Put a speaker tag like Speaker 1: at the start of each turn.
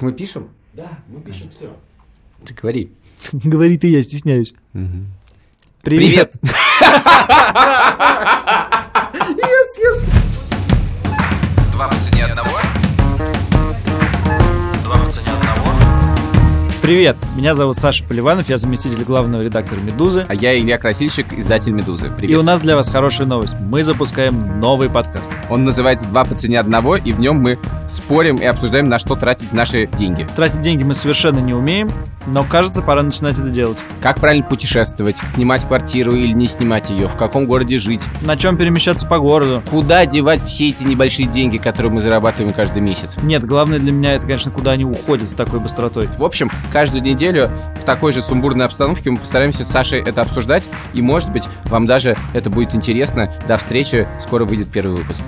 Speaker 1: мы пишем?
Speaker 2: Да, мы пишем все.
Speaker 1: Ты говори.
Speaker 3: Говори ты, я стесняюсь.
Speaker 1: Привет!
Speaker 4: Два по цене одного. Два по цене одного.
Speaker 3: Привет, меня зовут Саша Поливанов, я заместитель главного редактора «Медузы».
Speaker 1: А я Илья Красильщик, издатель «Медузы».
Speaker 3: И у
Speaker 1: Привет.
Speaker 3: нас для вас хорошая новость. Мы запускаем новый подкаст.
Speaker 1: Он называется «Два по цене одного», и в нем мы спорим и обсуждаем, на что тратить наши деньги.
Speaker 3: Тратить деньги мы совершенно не умеем, но кажется, пора начинать это делать.
Speaker 1: Как правильно путешествовать, снимать квартиру или не снимать ее, в каком городе жить,
Speaker 3: На чем перемещаться по городу?
Speaker 1: куда девать все эти небольшие деньги, которые мы зарабатываем каждый месяц.
Speaker 3: Нет, главное для меня это, конечно, куда они уходят с такой быстротой.
Speaker 1: В общем, каждую неделю в такой же сумбурной обстановке мы постараемся с Сашей это обсуждать, и, может быть, вам даже это будет интересно. До встречи, скоро выйдет первый выпуск.